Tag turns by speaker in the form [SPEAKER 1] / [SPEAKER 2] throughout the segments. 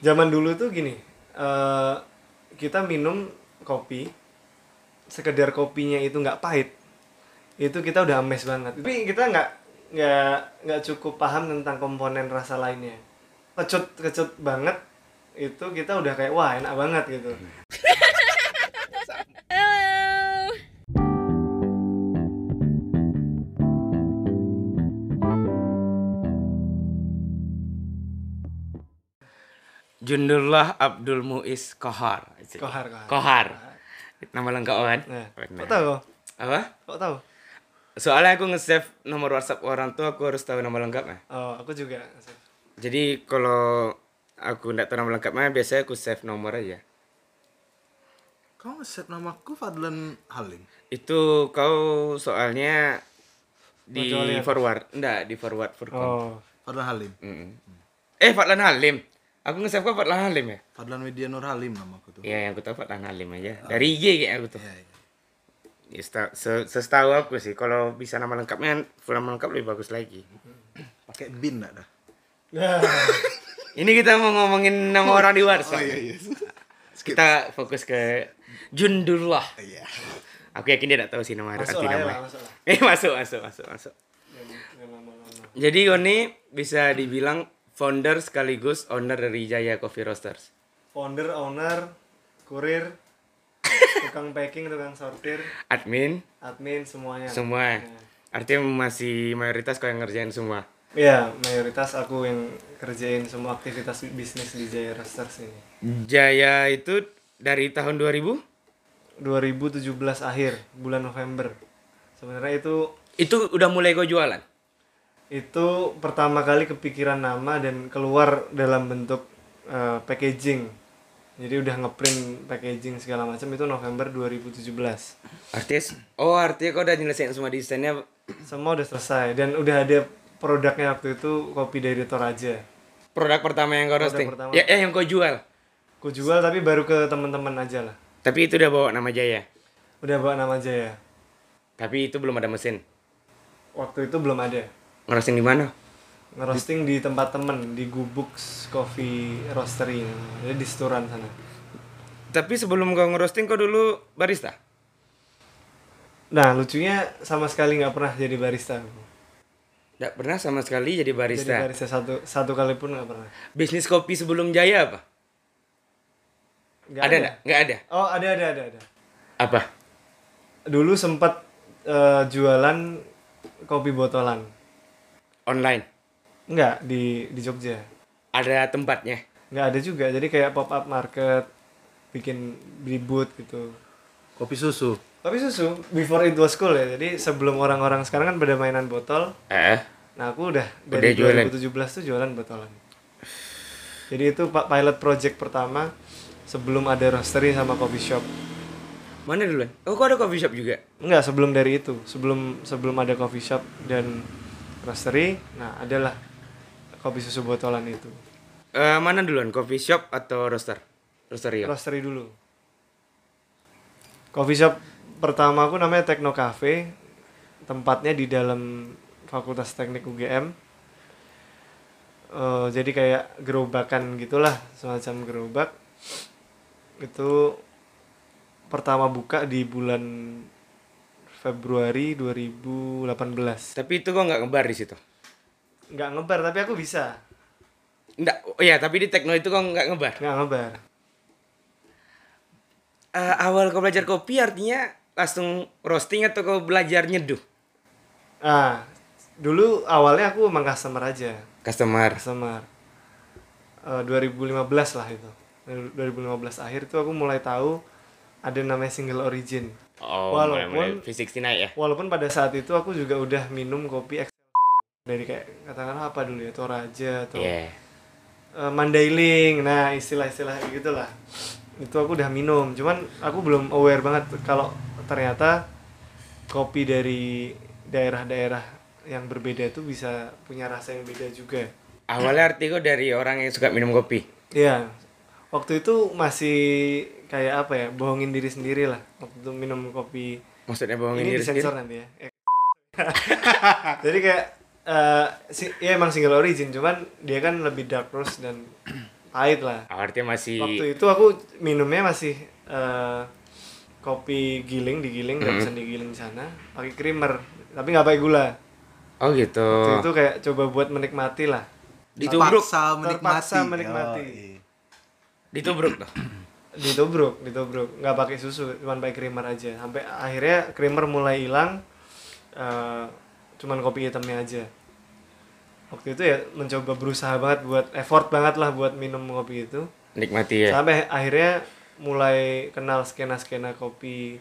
[SPEAKER 1] zaman dulu tuh gini eh kita minum kopi sekedar kopinya itu nggak pahit itu kita udah ames banget tapi kita nggak nggak nggak cukup paham tentang komponen rasa lainnya kecut kecut banget itu kita udah kayak wah enak banget gitu
[SPEAKER 2] Hello.
[SPEAKER 3] Junullah Abdul Muiz Kohar.
[SPEAKER 1] kohar kohar
[SPEAKER 3] Kohar. Nama lengkap kan?
[SPEAKER 1] nah
[SPEAKER 3] Benar.
[SPEAKER 1] kok tahu kok?
[SPEAKER 3] Apa?
[SPEAKER 1] kok tahu
[SPEAKER 3] Soalnya aku nge-save nomor WhatsApp orang tuh aku harus tahu nama lengkapnya.
[SPEAKER 1] oh aku juga
[SPEAKER 3] Jadi kalau aku nggak tahu nama lengkapnya biasanya aku save nomor aja.
[SPEAKER 4] Kau nge-save namaku Fadlan Halim.
[SPEAKER 3] Itu kau soalnya di
[SPEAKER 1] Kecuali apa?
[SPEAKER 3] forward, enggak di forward Furkom.
[SPEAKER 1] oh
[SPEAKER 4] Fadlan Halim.
[SPEAKER 3] Mm-mm. Eh Fatlan Halim. Aku nge-save kau Fatlan Halim ya?
[SPEAKER 4] Fadlan Widya Nur Halim namaku tuh.
[SPEAKER 3] Iya, yang aku tahu Fatlan Halim aja. Dari IG kayak aku tuh.
[SPEAKER 4] Oh. Iya, iya.
[SPEAKER 3] Ya, seta- se- setahu aku sih kalau bisa nama lengkapnya full nama lengkap lebih bagus lagi.
[SPEAKER 4] Pakai bin enggak dah?
[SPEAKER 1] Nah,
[SPEAKER 3] Ini kita mau ngomongin nama orang di WhatsApp.
[SPEAKER 4] Oh. iya.
[SPEAKER 3] Kita fokus ke Jundullah.
[SPEAKER 4] Iya.
[SPEAKER 3] Aku yakin dia tidak tahu sih nama
[SPEAKER 1] masuk
[SPEAKER 3] asli
[SPEAKER 1] lah ya
[SPEAKER 3] nama.
[SPEAKER 1] lah, masuk lah
[SPEAKER 3] Eh masuk masuk masuk masuk.
[SPEAKER 1] Jangan- jangan lama-lama.
[SPEAKER 3] Jadi Goni bisa dibilang founder sekaligus owner dari Jaya Coffee Roasters.
[SPEAKER 1] founder owner kurir tukang packing tukang sortir
[SPEAKER 3] Admin
[SPEAKER 1] admin semuanya
[SPEAKER 4] Ya.
[SPEAKER 3] semua. Artinya masih mayoritas kau yang ngerjain semua.
[SPEAKER 1] ya mayoritas aku yang kerjain semua aktivitas bisnis di Jaya Roasters ini
[SPEAKER 3] Jaya itu dari tahun 2000
[SPEAKER 1] 2017 akhir bulan November sebenarnya itu
[SPEAKER 3] itu udah mulai kau jualan.
[SPEAKER 1] itu pertama kali kepikiran nama dan keluar dalam bentuk eh, packaging jadi udah ngeprint packaging segala macam itu November 2017
[SPEAKER 3] Artis? Oh artinya kau udah nyelesain semua desainnya.
[SPEAKER 1] semua udah selesai dan udah ada produknya waktu itu kopi dari Toraja
[SPEAKER 3] Produk pertama yang kau roasting.
[SPEAKER 1] pertama.
[SPEAKER 3] Ya, ya, yang kau jual.
[SPEAKER 1] ku jual tapi baru ke teman-teman aja lah
[SPEAKER 3] Tapi itu udah bawa nama Jaya.
[SPEAKER 1] udah bawa nama ya. Jaya
[SPEAKER 3] Tapi itu belum ada mesin.
[SPEAKER 1] waktu itu belum ada
[SPEAKER 3] Ngerosting di mana?
[SPEAKER 1] ngerosting di tempat temen di Gubuks Coffee Roastery jadi di Seturan sana
[SPEAKER 3] Tapi sebelum kau ngerosting kau dulu barista.
[SPEAKER 1] nah lucunya sama sekali nggak pernah jadi barista aku.
[SPEAKER 3] Tidak pernah sama sekali jadi barista.
[SPEAKER 1] jadi barista satu satu kali pun nggak pernah
[SPEAKER 3] Bisnis kopi sebelum Jaya apa?
[SPEAKER 1] Nggak
[SPEAKER 3] ada enggak? Nggak ada.
[SPEAKER 1] oh ada ada ada ada
[SPEAKER 3] Apa?
[SPEAKER 1] dulu sempat eh, jualan kopi botolan
[SPEAKER 3] Online.
[SPEAKER 1] nggak di di Jogja
[SPEAKER 3] Ada tempatnya.
[SPEAKER 1] nggak ada juga jadi kayak pop up market bikin ribut gitu
[SPEAKER 4] Kopi susu.
[SPEAKER 1] tapi susu before it was cool ya jadi sebelum orang-orang sekarang kan pada mainan botol
[SPEAKER 3] Eh.
[SPEAKER 1] nah aku udah
[SPEAKER 3] Udah
[SPEAKER 1] dari
[SPEAKER 3] jualan.
[SPEAKER 1] 2017 tuh jualan botolan jadi itu pak pilot project pertama sebelum ada roastery sama coffee shop
[SPEAKER 3] Mana duluan? Oh, kau ada coffee shop juga.
[SPEAKER 1] enggak sebelum dari itu sebelum sebelum ada coffee shop dan roastery nah adalah kopi susu botolan itu
[SPEAKER 3] Eh, mana duluan? Coffee shop atau roaster? Roaster ya.
[SPEAKER 1] roastery dulu. Coffee shop pertama aku namanya Tekno Cafe. Tempatnya di dalam Fakultas Teknik UGM. Eh, jadi kayak gerobakan gitulah, semacam gerobak. Itu pertama buka di bulan Februari 2018.
[SPEAKER 3] Tapi itu kau nggak ngebar di situ.
[SPEAKER 1] Nggak ngebar, tapi aku bisa.
[SPEAKER 3] Enggak, oh iya, tapi di Tekno itu kau nggak ngebar.
[SPEAKER 1] Nggak ngebar.
[SPEAKER 3] Eh, awal kau belajar kopi artinya langsung roasting atau kau belajar nyeduh?
[SPEAKER 1] Ah, dulu awalnya aku emang customer aja.
[SPEAKER 3] Customer.
[SPEAKER 1] Customer Eh, 2015 lah itu 2015 akhir tuh aku mulai tahu ada namanya single origin
[SPEAKER 3] Oh,
[SPEAKER 1] Walaupun-
[SPEAKER 3] mulai-mulai V60 naik ya.
[SPEAKER 1] walaupun pada saat itu aku juga udah minum kopi Excel dari kayak katakanlah apa dulu ya Toraja atau
[SPEAKER 3] Iya.
[SPEAKER 1] eh, Mandailing nah istilah-istilah kayak gitulah itu aku udah minum cuman aku belum aware banget kalau ternyata kopi dari daerah-daerah yang berbeda itu bisa punya rasa yang beda juga
[SPEAKER 3] Awalnya arti kau dari orang yang suka minum kopi.
[SPEAKER 1] Iya. Waktu itu masih kayak apa ya? Bohongin diri sendiri lah. Waktu itu minum kopi.
[SPEAKER 3] Maksudnya bohongin
[SPEAKER 1] Ini
[SPEAKER 3] diri sendiri.
[SPEAKER 1] disensor nanti ya. Eh, Jadi kayak eh, si- ya emang single origin cuman dia kan lebih dark roast dan pahit lah
[SPEAKER 3] Oh, artinya masih
[SPEAKER 1] waktu itu aku minumnya masih eh, kopi giling digiling dan
[SPEAKER 3] Mm-hmm.
[SPEAKER 1] bisa digiling di sana pakai creamer tapi nggak pakai gula
[SPEAKER 3] oh gitu
[SPEAKER 1] Waktu itu kayak coba buat menikmati lah
[SPEAKER 3] ditubruk
[SPEAKER 4] Terpaksa Ah, menikmati. Ya. Oh,
[SPEAKER 1] Terpaksa menikmati.
[SPEAKER 4] Yoi.
[SPEAKER 3] ditubruk tuh
[SPEAKER 1] ditobruk ditobruk nggak pakai susu cuman pakai creamer aja sampai akhirnya creamer mulai hilang eh, cuman kopi hitamnya aja waktu itu ya mencoba berusaha banget buat effort banget lah buat minum kopi itu
[SPEAKER 3] nikmati ya
[SPEAKER 1] sampai akhirnya mulai kenal skena-skena kopi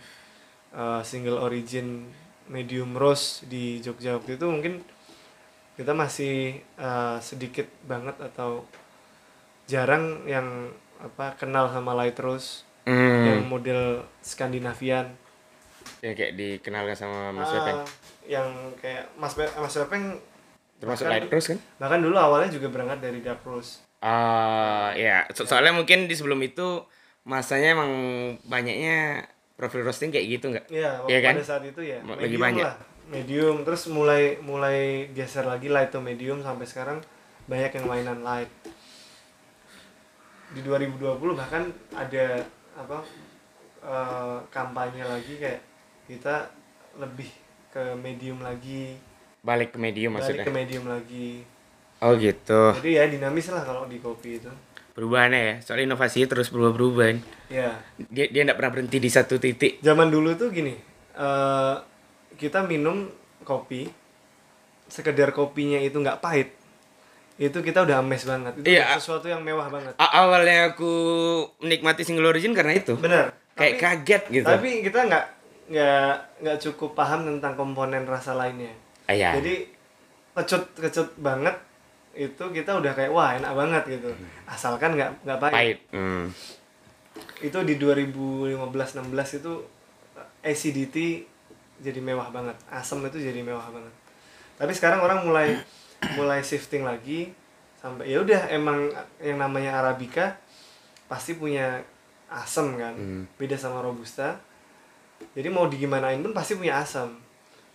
[SPEAKER 1] eh, single origin medium roast di Jogja waktu itu mungkin kita masih eh, sedikit banget atau jarang yang apa kenal sama light roast
[SPEAKER 3] Hmm.
[SPEAKER 1] yang model Skandinavian
[SPEAKER 3] Ya, kayak dikenalkan sama Mas
[SPEAKER 1] Ah,
[SPEAKER 3] Pepeng
[SPEAKER 1] yang kayak Mas Pe- Mas Pepeng
[SPEAKER 3] termasuk
[SPEAKER 1] bahkan-
[SPEAKER 3] light roast kan
[SPEAKER 1] bahkan dulu awalnya juga berangkat dari dark roast
[SPEAKER 3] Ah, ya So- soalnya mungkin di sebelum itu masanya emang banyaknya profil roasting kayak gitu nggak
[SPEAKER 1] Iya,
[SPEAKER 3] Iya
[SPEAKER 1] waktu
[SPEAKER 3] kan?
[SPEAKER 1] pada saat itu ya.
[SPEAKER 3] Lagi
[SPEAKER 1] medium
[SPEAKER 3] banyak.
[SPEAKER 1] Lah. Medium terus mulai mulai geser lagi light to medium sampai sekarang banyak yang mainan light. Di 2020 bahkan ada apa eh, kampanye lagi kayak kita lebih ke medium lagi,
[SPEAKER 3] balik ke medium
[SPEAKER 1] balik
[SPEAKER 3] maksudnya
[SPEAKER 1] ke medium lagi.
[SPEAKER 3] oh gitu
[SPEAKER 1] Jadi ya dinamis lah kalau di kopi itu.
[SPEAKER 3] perubahannya ya soal inovasi terus berubah-berubah kan.
[SPEAKER 1] Ya.
[SPEAKER 3] dia dia nggak pernah berhenti di satu titik
[SPEAKER 1] Zaman dulu tuh gini, eh kita minum kopi, sekedar kopinya itu nggak pahit, itu kita udah ames banget. Itu
[SPEAKER 3] Iya.
[SPEAKER 1] sesuatu yang mewah banget.
[SPEAKER 3] A- awalnya aku menikmati single origin karena itu
[SPEAKER 1] Bener.
[SPEAKER 3] kayak
[SPEAKER 1] tapi,
[SPEAKER 3] kaget gitu
[SPEAKER 1] tapi kita nggak nggak nggak cukup paham tentang komponen rasa lainnya.
[SPEAKER 3] Ah, ya.
[SPEAKER 1] Jadi kecut kecut banget itu kita udah kayak wah enak banget gitu.
[SPEAKER 3] Hmm.
[SPEAKER 1] Asalkan nggak nggak pahit.
[SPEAKER 3] pahit Hmm.
[SPEAKER 1] Itu di 2015-16 itu eh, acidity jadi mewah banget. Asam itu jadi mewah banget. Tapi sekarang orang mulai mulai shifting lagi sampai ya udah emang yang namanya arabica pasti punya asam kan. Beda sama robusta. Jadi mau digimanain pun pasti punya asam.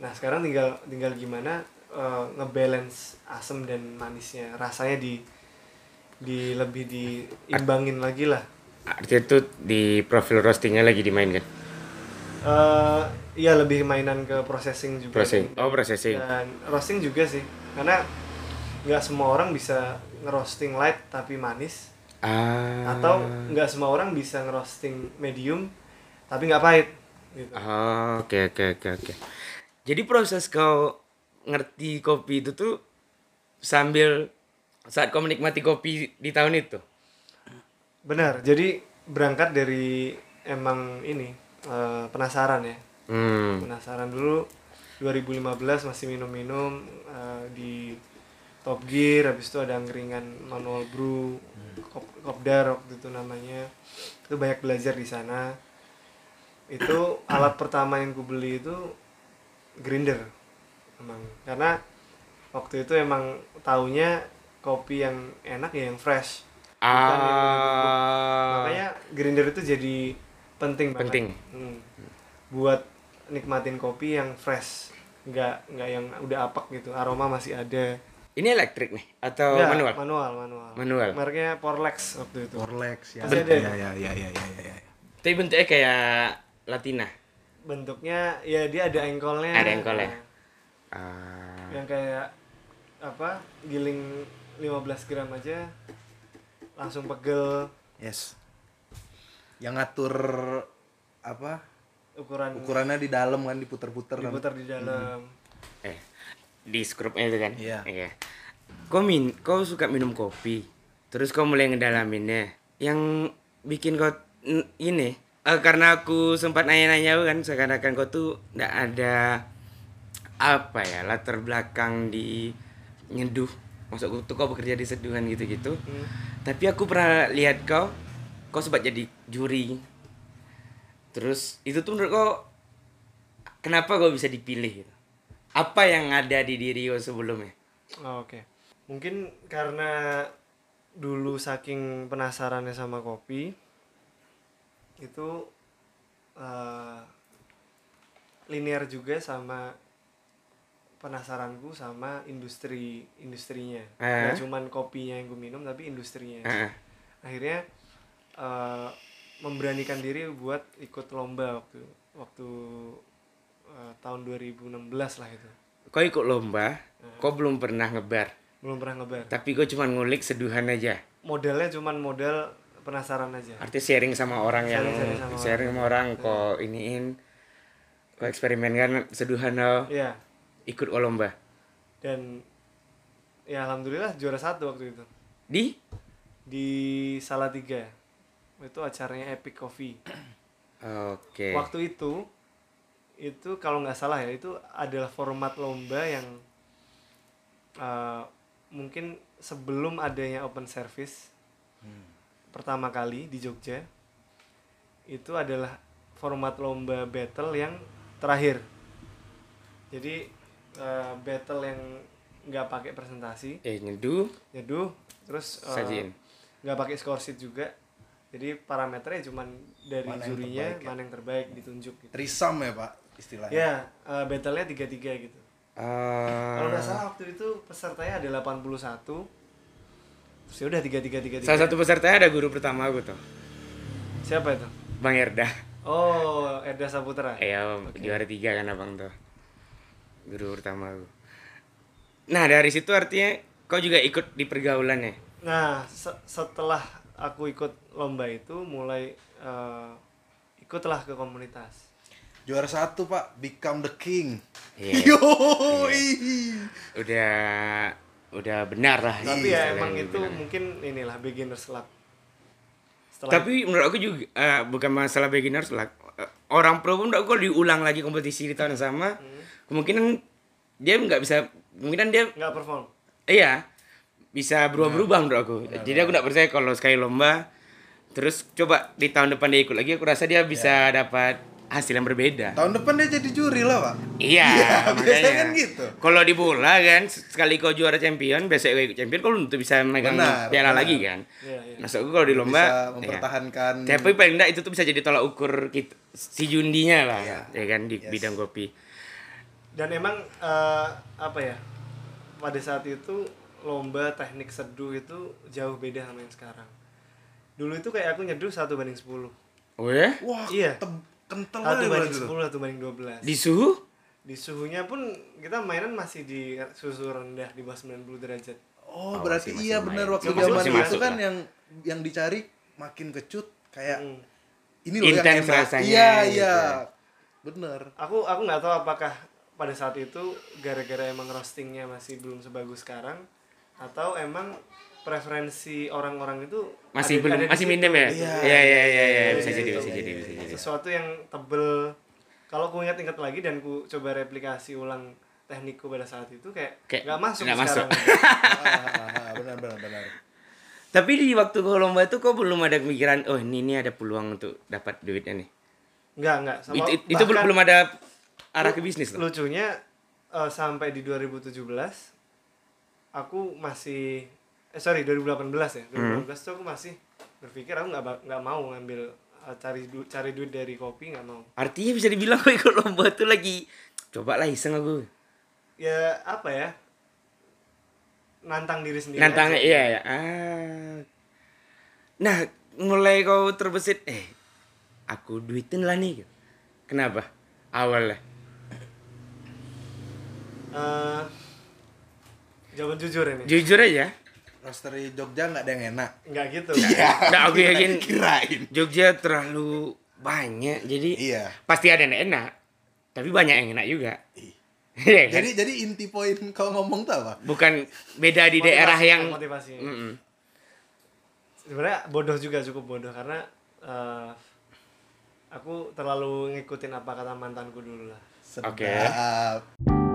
[SPEAKER 1] Nah, sekarang tinggal tinggal gimana eh, ngebalance asam dan manisnya. Rasanya di di lebih diimbangin lagi lah.
[SPEAKER 3] artinya itu di profil roastingnya lagi dimainkan
[SPEAKER 1] eh iya lebih mainan ke processing juga.
[SPEAKER 3] processing oh processing
[SPEAKER 1] Dan roasting juga sih, karena nggak semua orang bisa ngerosting light tapi manis,
[SPEAKER 3] ah
[SPEAKER 1] atau nggak semua orang bisa ngerosting medium tapi nggak pahit. Gitu.
[SPEAKER 3] Ah, oke oke oke oke. Jadi proses kau ngerti kopi itu tuh sambil saat kau menikmati kopi di tahun itu.
[SPEAKER 1] Benar, jadi berangkat dari emang ini eh, penasaran ya,
[SPEAKER 3] Hmm.
[SPEAKER 1] penasaran dulu. 2015 masih minum-minum eh, di Top Gear, habis itu ada angkringan manual brew, Kop- kopdar waktu itu namanya. Itu banyak belajar di sana. Itu alat pertama yang ku beli itu grinder. Emang karena waktu itu emang taunya kopi yang enak ya yang fresh. Bukan yang ditubruk.
[SPEAKER 3] Ah.
[SPEAKER 1] Makanya grinder itu jadi penting banget.
[SPEAKER 3] Penting.
[SPEAKER 1] Hmm. Buat nikmatin kopi yang fresh, nggak nggak yang udah apak gitu, aroma masih ada.
[SPEAKER 3] Ini elektrik nih atau
[SPEAKER 1] Nggak,
[SPEAKER 3] Oh, manual?
[SPEAKER 1] Manual, manual.
[SPEAKER 3] Manual.
[SPEAKER 1] Mereknya Porlex waktu itu.
[SPEAKER 4] Orlex ya.
[SPEAKER 1] Masih ada.
[SPEAKER 4] Ya ya ya ya ya ya.
[SPEAKER 3] Tapi bentuknya kayak Latina.
[SPEAKER 1] Bentuknya ya dia ada engkolnya.
[SPEAKER 3] Ada engkolnya.
[SPEAKER 1] Nah,
[SPEAKER 3] Ah.
[SPEAKER 1] Yang kayak apa? Giling 15 gram aja langsung pegel
[SPEAKER 4] Yes. Yang ngatur apa?
[SPEAKER 1] ukuran,
[SPEAKER 4] Ukurannya di dalam kan diputer-puter kan.
[SPEAKER 1] diputar di dalam.
[SPEAKER 3] Eh, di skrupnya itu kan?
[SPEAKER 4] Iya.
[SPEAKER 3] Iya. Kau min, kau suka minum kopi, terus kau mulai ngedalaminnya. Yang bikin kau n- ini, eh, karena aku sempat nanya-nanya kan, seakan-akan kau tuh nggak ada apa ya latar belakang di nyeduh. Maksudku tuh kau bekerja di seduhan gitu-gitu.
[SPEAKER 1] Hmm.
[SPEAKER 3] Tapi aku pernah lihat kau, kau sempat jadi juri. Terus itu tuh menurut kau kenapa kau bisa dipilih gitu? Apa yang ada di diri kau sebelumnya?
[SPEAKER 1] Oh, Oke. Mungkin karena dulu saking penasarannya sama kopi itu eh, linear juga sama penasaranku sama industri industrinya.
[SPEAKER 3] Eh.
[SPEAKER 1] Nggak cuman kopinya yang gue minum tapi industrinya.
[SPEAKER 3] Heeh.
[SPEAKER 1] akhirnya eh, memberanikan diri buat ikut lomba waktu waktu eh, tahun 2016 lah itu
[SPEAKER 3] Kau ikut lomba, kau belum pernah ngebar,
[SPEAKER 1] belum pernah ngebar
[SPEAKER 3] tapi kau cuma ngulik seduhan aja.
[SPEAKER 1] modalnya cuman modal penasaran aja
[SPEAKER 3] Artinya sharing sama orang yang
[SPEAKER 1] Sharing- sharing sama
[SPEAKER 3] sharing sama orang, kau iniin, kau eksperimenkan seduhan kau,
[SPEAKER 1] ya
[SPEAKER 3] ikut kau lomba.
[SPEAKER 1] dan ya alhamdulillah juara satu waktu itu
[SPEAKER 3] Di?
[SPEAKER 1] di Salatiga itu acaranya Epic Coffee
[SPEAKER 3] Oke.
[SPEAKER 1] waktu itu itu kalau nggak salah ya itu adalah format lomba yang eh, mungkin sebelum adanya open service pertama kali di Jogja itu adalah format lomba battle yang terakhir jadi eh, battle yang nggak pakai presentasi
[SPEAKER 3] Eh nyeduh,
[SPEAKER 1] nyeduh terus eh,
[SPEAKER 3] Sajiin.
[SPEAKER 1] nggak pakai score sheet juga jadi parameternya cuman dari
[SPEAKER 4] Mana yang
[SPEAKER 1] jurinya
[SPEAKER 4] terbaik ya?
[SPEAKER 1] mana yang terbaik ditunjuk gitu
[SPEAKER 4] Trisam ya pak istilahnya.
[SPEAKER 1] ya eh, battle-nya tiga tiga gitu
[SPEAKER 3] eh,
[SPEAKER 1] kalau nggak salah waktu itu pesertanya ada 81 terus ya udah tiga tiga tiga tiga
[SPEAKER 3] salah satu peserta ada guru pertama aku tuh,
[SPEAKER 1] siapa itu
[SPEAKER 3] Bang Erda.
[SPEAKER 1] oh Erda Saputra
[SPEAKER 3] Iya, juara tiga kan abang tuh. Guru pertama aku. Nah dari situ artinya kau juga ikut di ya? pergaulannya.
[SPEAKER 1] nah se- setelah aku ikut lomba itu mulai eh, ikutlah ke komunitas
[SPEAKER 4] Juara satu pak, become the king.
[SPEAKER 3] Iya.
[SPEAKER 4] Yoi.
[SPEAKER 3] Udah udah benar lah.
[SPEAKER 1] tapi ya
[SPEAKER 3] istilahnya
[SPEAKER 1] emang itu
[SPEAKER 3] dibilang.
[SPEAKER 1] mungkin inilah beginners luck setelah
[SPEAKER 3] Tapi menurut aku juga eh, bukan masalah beginners lah. Eh, Orang pro pun menurut aku kalau diulang lagi kompetisi di tahun yang sama,
[SPEAKER 1] Hmm.
[SPEAKER 3] kemungkinan dia nggak bisa, kemungkinan dia
[SPEAKER 1] nggak perform
[SPEAKER 3] Iya, bisa berubah-berubah menurut aku. Jadi aku nggak percaya kalau sekali lomba, terus coba di tahun depan dia ikut lagi, aku rasa dia bisa dapat hasil yang berbeda.
[SPEAKER 4] Tahun depan dia jadi juri lah pak.
[SPEAKER 3] Iya,
[SPEAKER 4] biasanya
[SPEAKER 3] makanya.
[SPEAKER 4] kan gitu.
[SPEAKER 3] Kalau di bola kan, sekali kau juara champion, besok kau ikut champion, kau tentu bisa megang
[SPEAKER 4] Benar,
[SPEAKER 3] piala
[SPEAKER 4] benar.
[SPEAKER 3] lagi kan.
[SPEAKER 1] Iya, iya.
[SPEAKER 3] Maksud aku kalau di lomba,
[SPEAKER 4] Bisa
[SPEAKER 3] iya.
[SPEAKER 4] mempertahankan.
[SPEAKER 3] Tapi paling enggak itu tuh bisa jadi tolak ukur kita, si jundinya lah, ya kan di bidang kopi.
[SPEAKER 1] dan emang eh, apa ya pada saat itu lomba teknik seduh itu jauh beda sama yang sekarang dulu itu kayak aku nyeduh satu banding 10
[SPEAKER 3] Oh ya?
[SPEAKER 4] Wah,
[SPEAKER 1] Iya.
[SPEAKER 4] teb- kental
[SPEAKER 1] satu
[SPEAKER 4] banget gitu.
[SPEAKER 1] banding
[SPEAKER 4] itu.
[SPEAKER 1] 10 satu banding 12 di,
[SPEAKER 3] Di suhu?
[SPEAKER 1] suhunya pun kita mainan masih di suhu rendah di bawah 90 derajat
[SPEAKER 4] Oh, berarti
[SPEAKER 3] masih
[SPEAKER 4] iya
[SPEAKER 3] main.
[SPEAKER 4] benar waktu
[SPEAKER 1] Masih
[SPEAKER 4] zaman
[SPEAKER 1] masuk
[SPEAKER 4] itu
[SPEAKER 3] lah.
[SPEAKER 4] kan yang yang dicari makin kecut kayak
[SPEAKER 1] Hmm.
[SPEAKER 4] ini loh yang
[SPEAKER 3] Intens
[SPEAKER 4] enak.
[SPEAKER 3] rasanya,
[SPEAKER 4] Iya,
[SPEAKER 3] gitu
[SPEAKER 4] iya.
[SPEAKER 3] ya.
[SPEAKER 4] Bener.
[SPEAKER 1] aku aku nggak tahu apakah pada saat itu gara-gara emang roastingnya masih belum sebagus sekarang atau emang preferensi orang-orang itu
[SPEAKER 3] Masih
[SPEAKER 1] ada-
[SPEAKER 3] belum,
[SPEAKER 1] ada di
[SPEAKER 3] masih
[SPEAKER 1] situ.
[SPEAKER 3] minim ya?
[SPEAKER 4] Iya.
[SPEAKER 3] Iya, iya, iya, iya,
[SPEAKER 1] Iya,
[SPEAKER 3] bisa
[SPEAKER 1] iya,
[SPEAKER 3] jadi,
[SPEAKER 1] iya,
[SPEAKER 3] bisa
[SPEAKER 1] iya,
[SPEAKER 3] jadi,
[SPEAKER 1] iya,
[SPEAKER 3] bisa
[SPEAKER 1] iya.
[SPEAKER 3] jadi.
[SPEAKER 1] sesuatu yang tebel kalau ku ingat-ingat lagi dan ku coba replikasi ulang teknikku pada saat itu kayak
[SPEAKER 3] Kayak
[SPEAKER 1] nggak masuk
[SPEAKER 3] nggak
[SPEAKER 1] sekarang
[SPEAKER 4] Ah, benar benar benar.
[SPEAKER 3] Tapi di waktu kau lomba itu kau belum ada pemikiran, oh ini ini ada peluang untuk dapat duitnya nih.
[SPEAKER 1] nggak nggak sama
[SPEAKER 3] itu itu
[SPEAKER 1] bahkan
[SPEAKER 3] belum ada arah ke bisnis loh.
[SPEAKER 1] lucunya eh, sampai di 2017 aku masih eh sorry 2018 ya
[SPEAKER 3] Hmm.
[SPEAKER 1] 2018 tuh aku masih berpikir aku nggak bak- nggak mau ngambil eh, cari du- cari duit dari kopi nggak mau
[SPEAKER 3] Artinya bisa dibilang kau ikut lomba itu lagi coba lah iseng aku.
[SPEAKER 1] ya apa ya nantang diri sendiri
[SPEAKER 3] Nantang
[SPEAKER 1] aja.
[SPEAKER 3] iya ya. Ah. Nah, mulai kau terbesit eh aku duitin lah nih. Kenapa? Awalnya.
[SPEAKER 1] Eh, jawaban jujur ini
[SPEAKER 3] Jujur aja.
[SPEAKER 4] Roastery Jogja nggak ada yang enak.
[SPEAKER 1] nggak gitu
[SPEAKER 3] Nggak, aku
[SPEAKER 4] Kira-
[SPEAKER 3] yakin.
[SPEAKER 4] kirain.
[SPEAKER 3] Jogja terlalu banyak jadi
[SPEAKER 4] Iya.
[SPEAKER 3] pasti ada yang enak. Tapi banyak yang enak juga.
[SPEAKER 4] Iya.
[SPEAKER 3] Iya kan?
[SPEAKER 4] Jadi jadi inti poin kau ngomong tuh apa?
[SPEAKER 3] bukan beda di daerah
[SPEAKER 1] Motivasi,
[SPEAKER 3] yang Mm.
[SPEAKER 1] motivasi.
[SPEAKER 3] Mm-mm.
[SPEAKER 1] sebenarnya bodoh juga cukup bodoh karena eh, aku terlalu ngikutin apa kata mantanku dulu lah
[SPEAKER 4] Sedap.
[SPEAKER 3] Oke.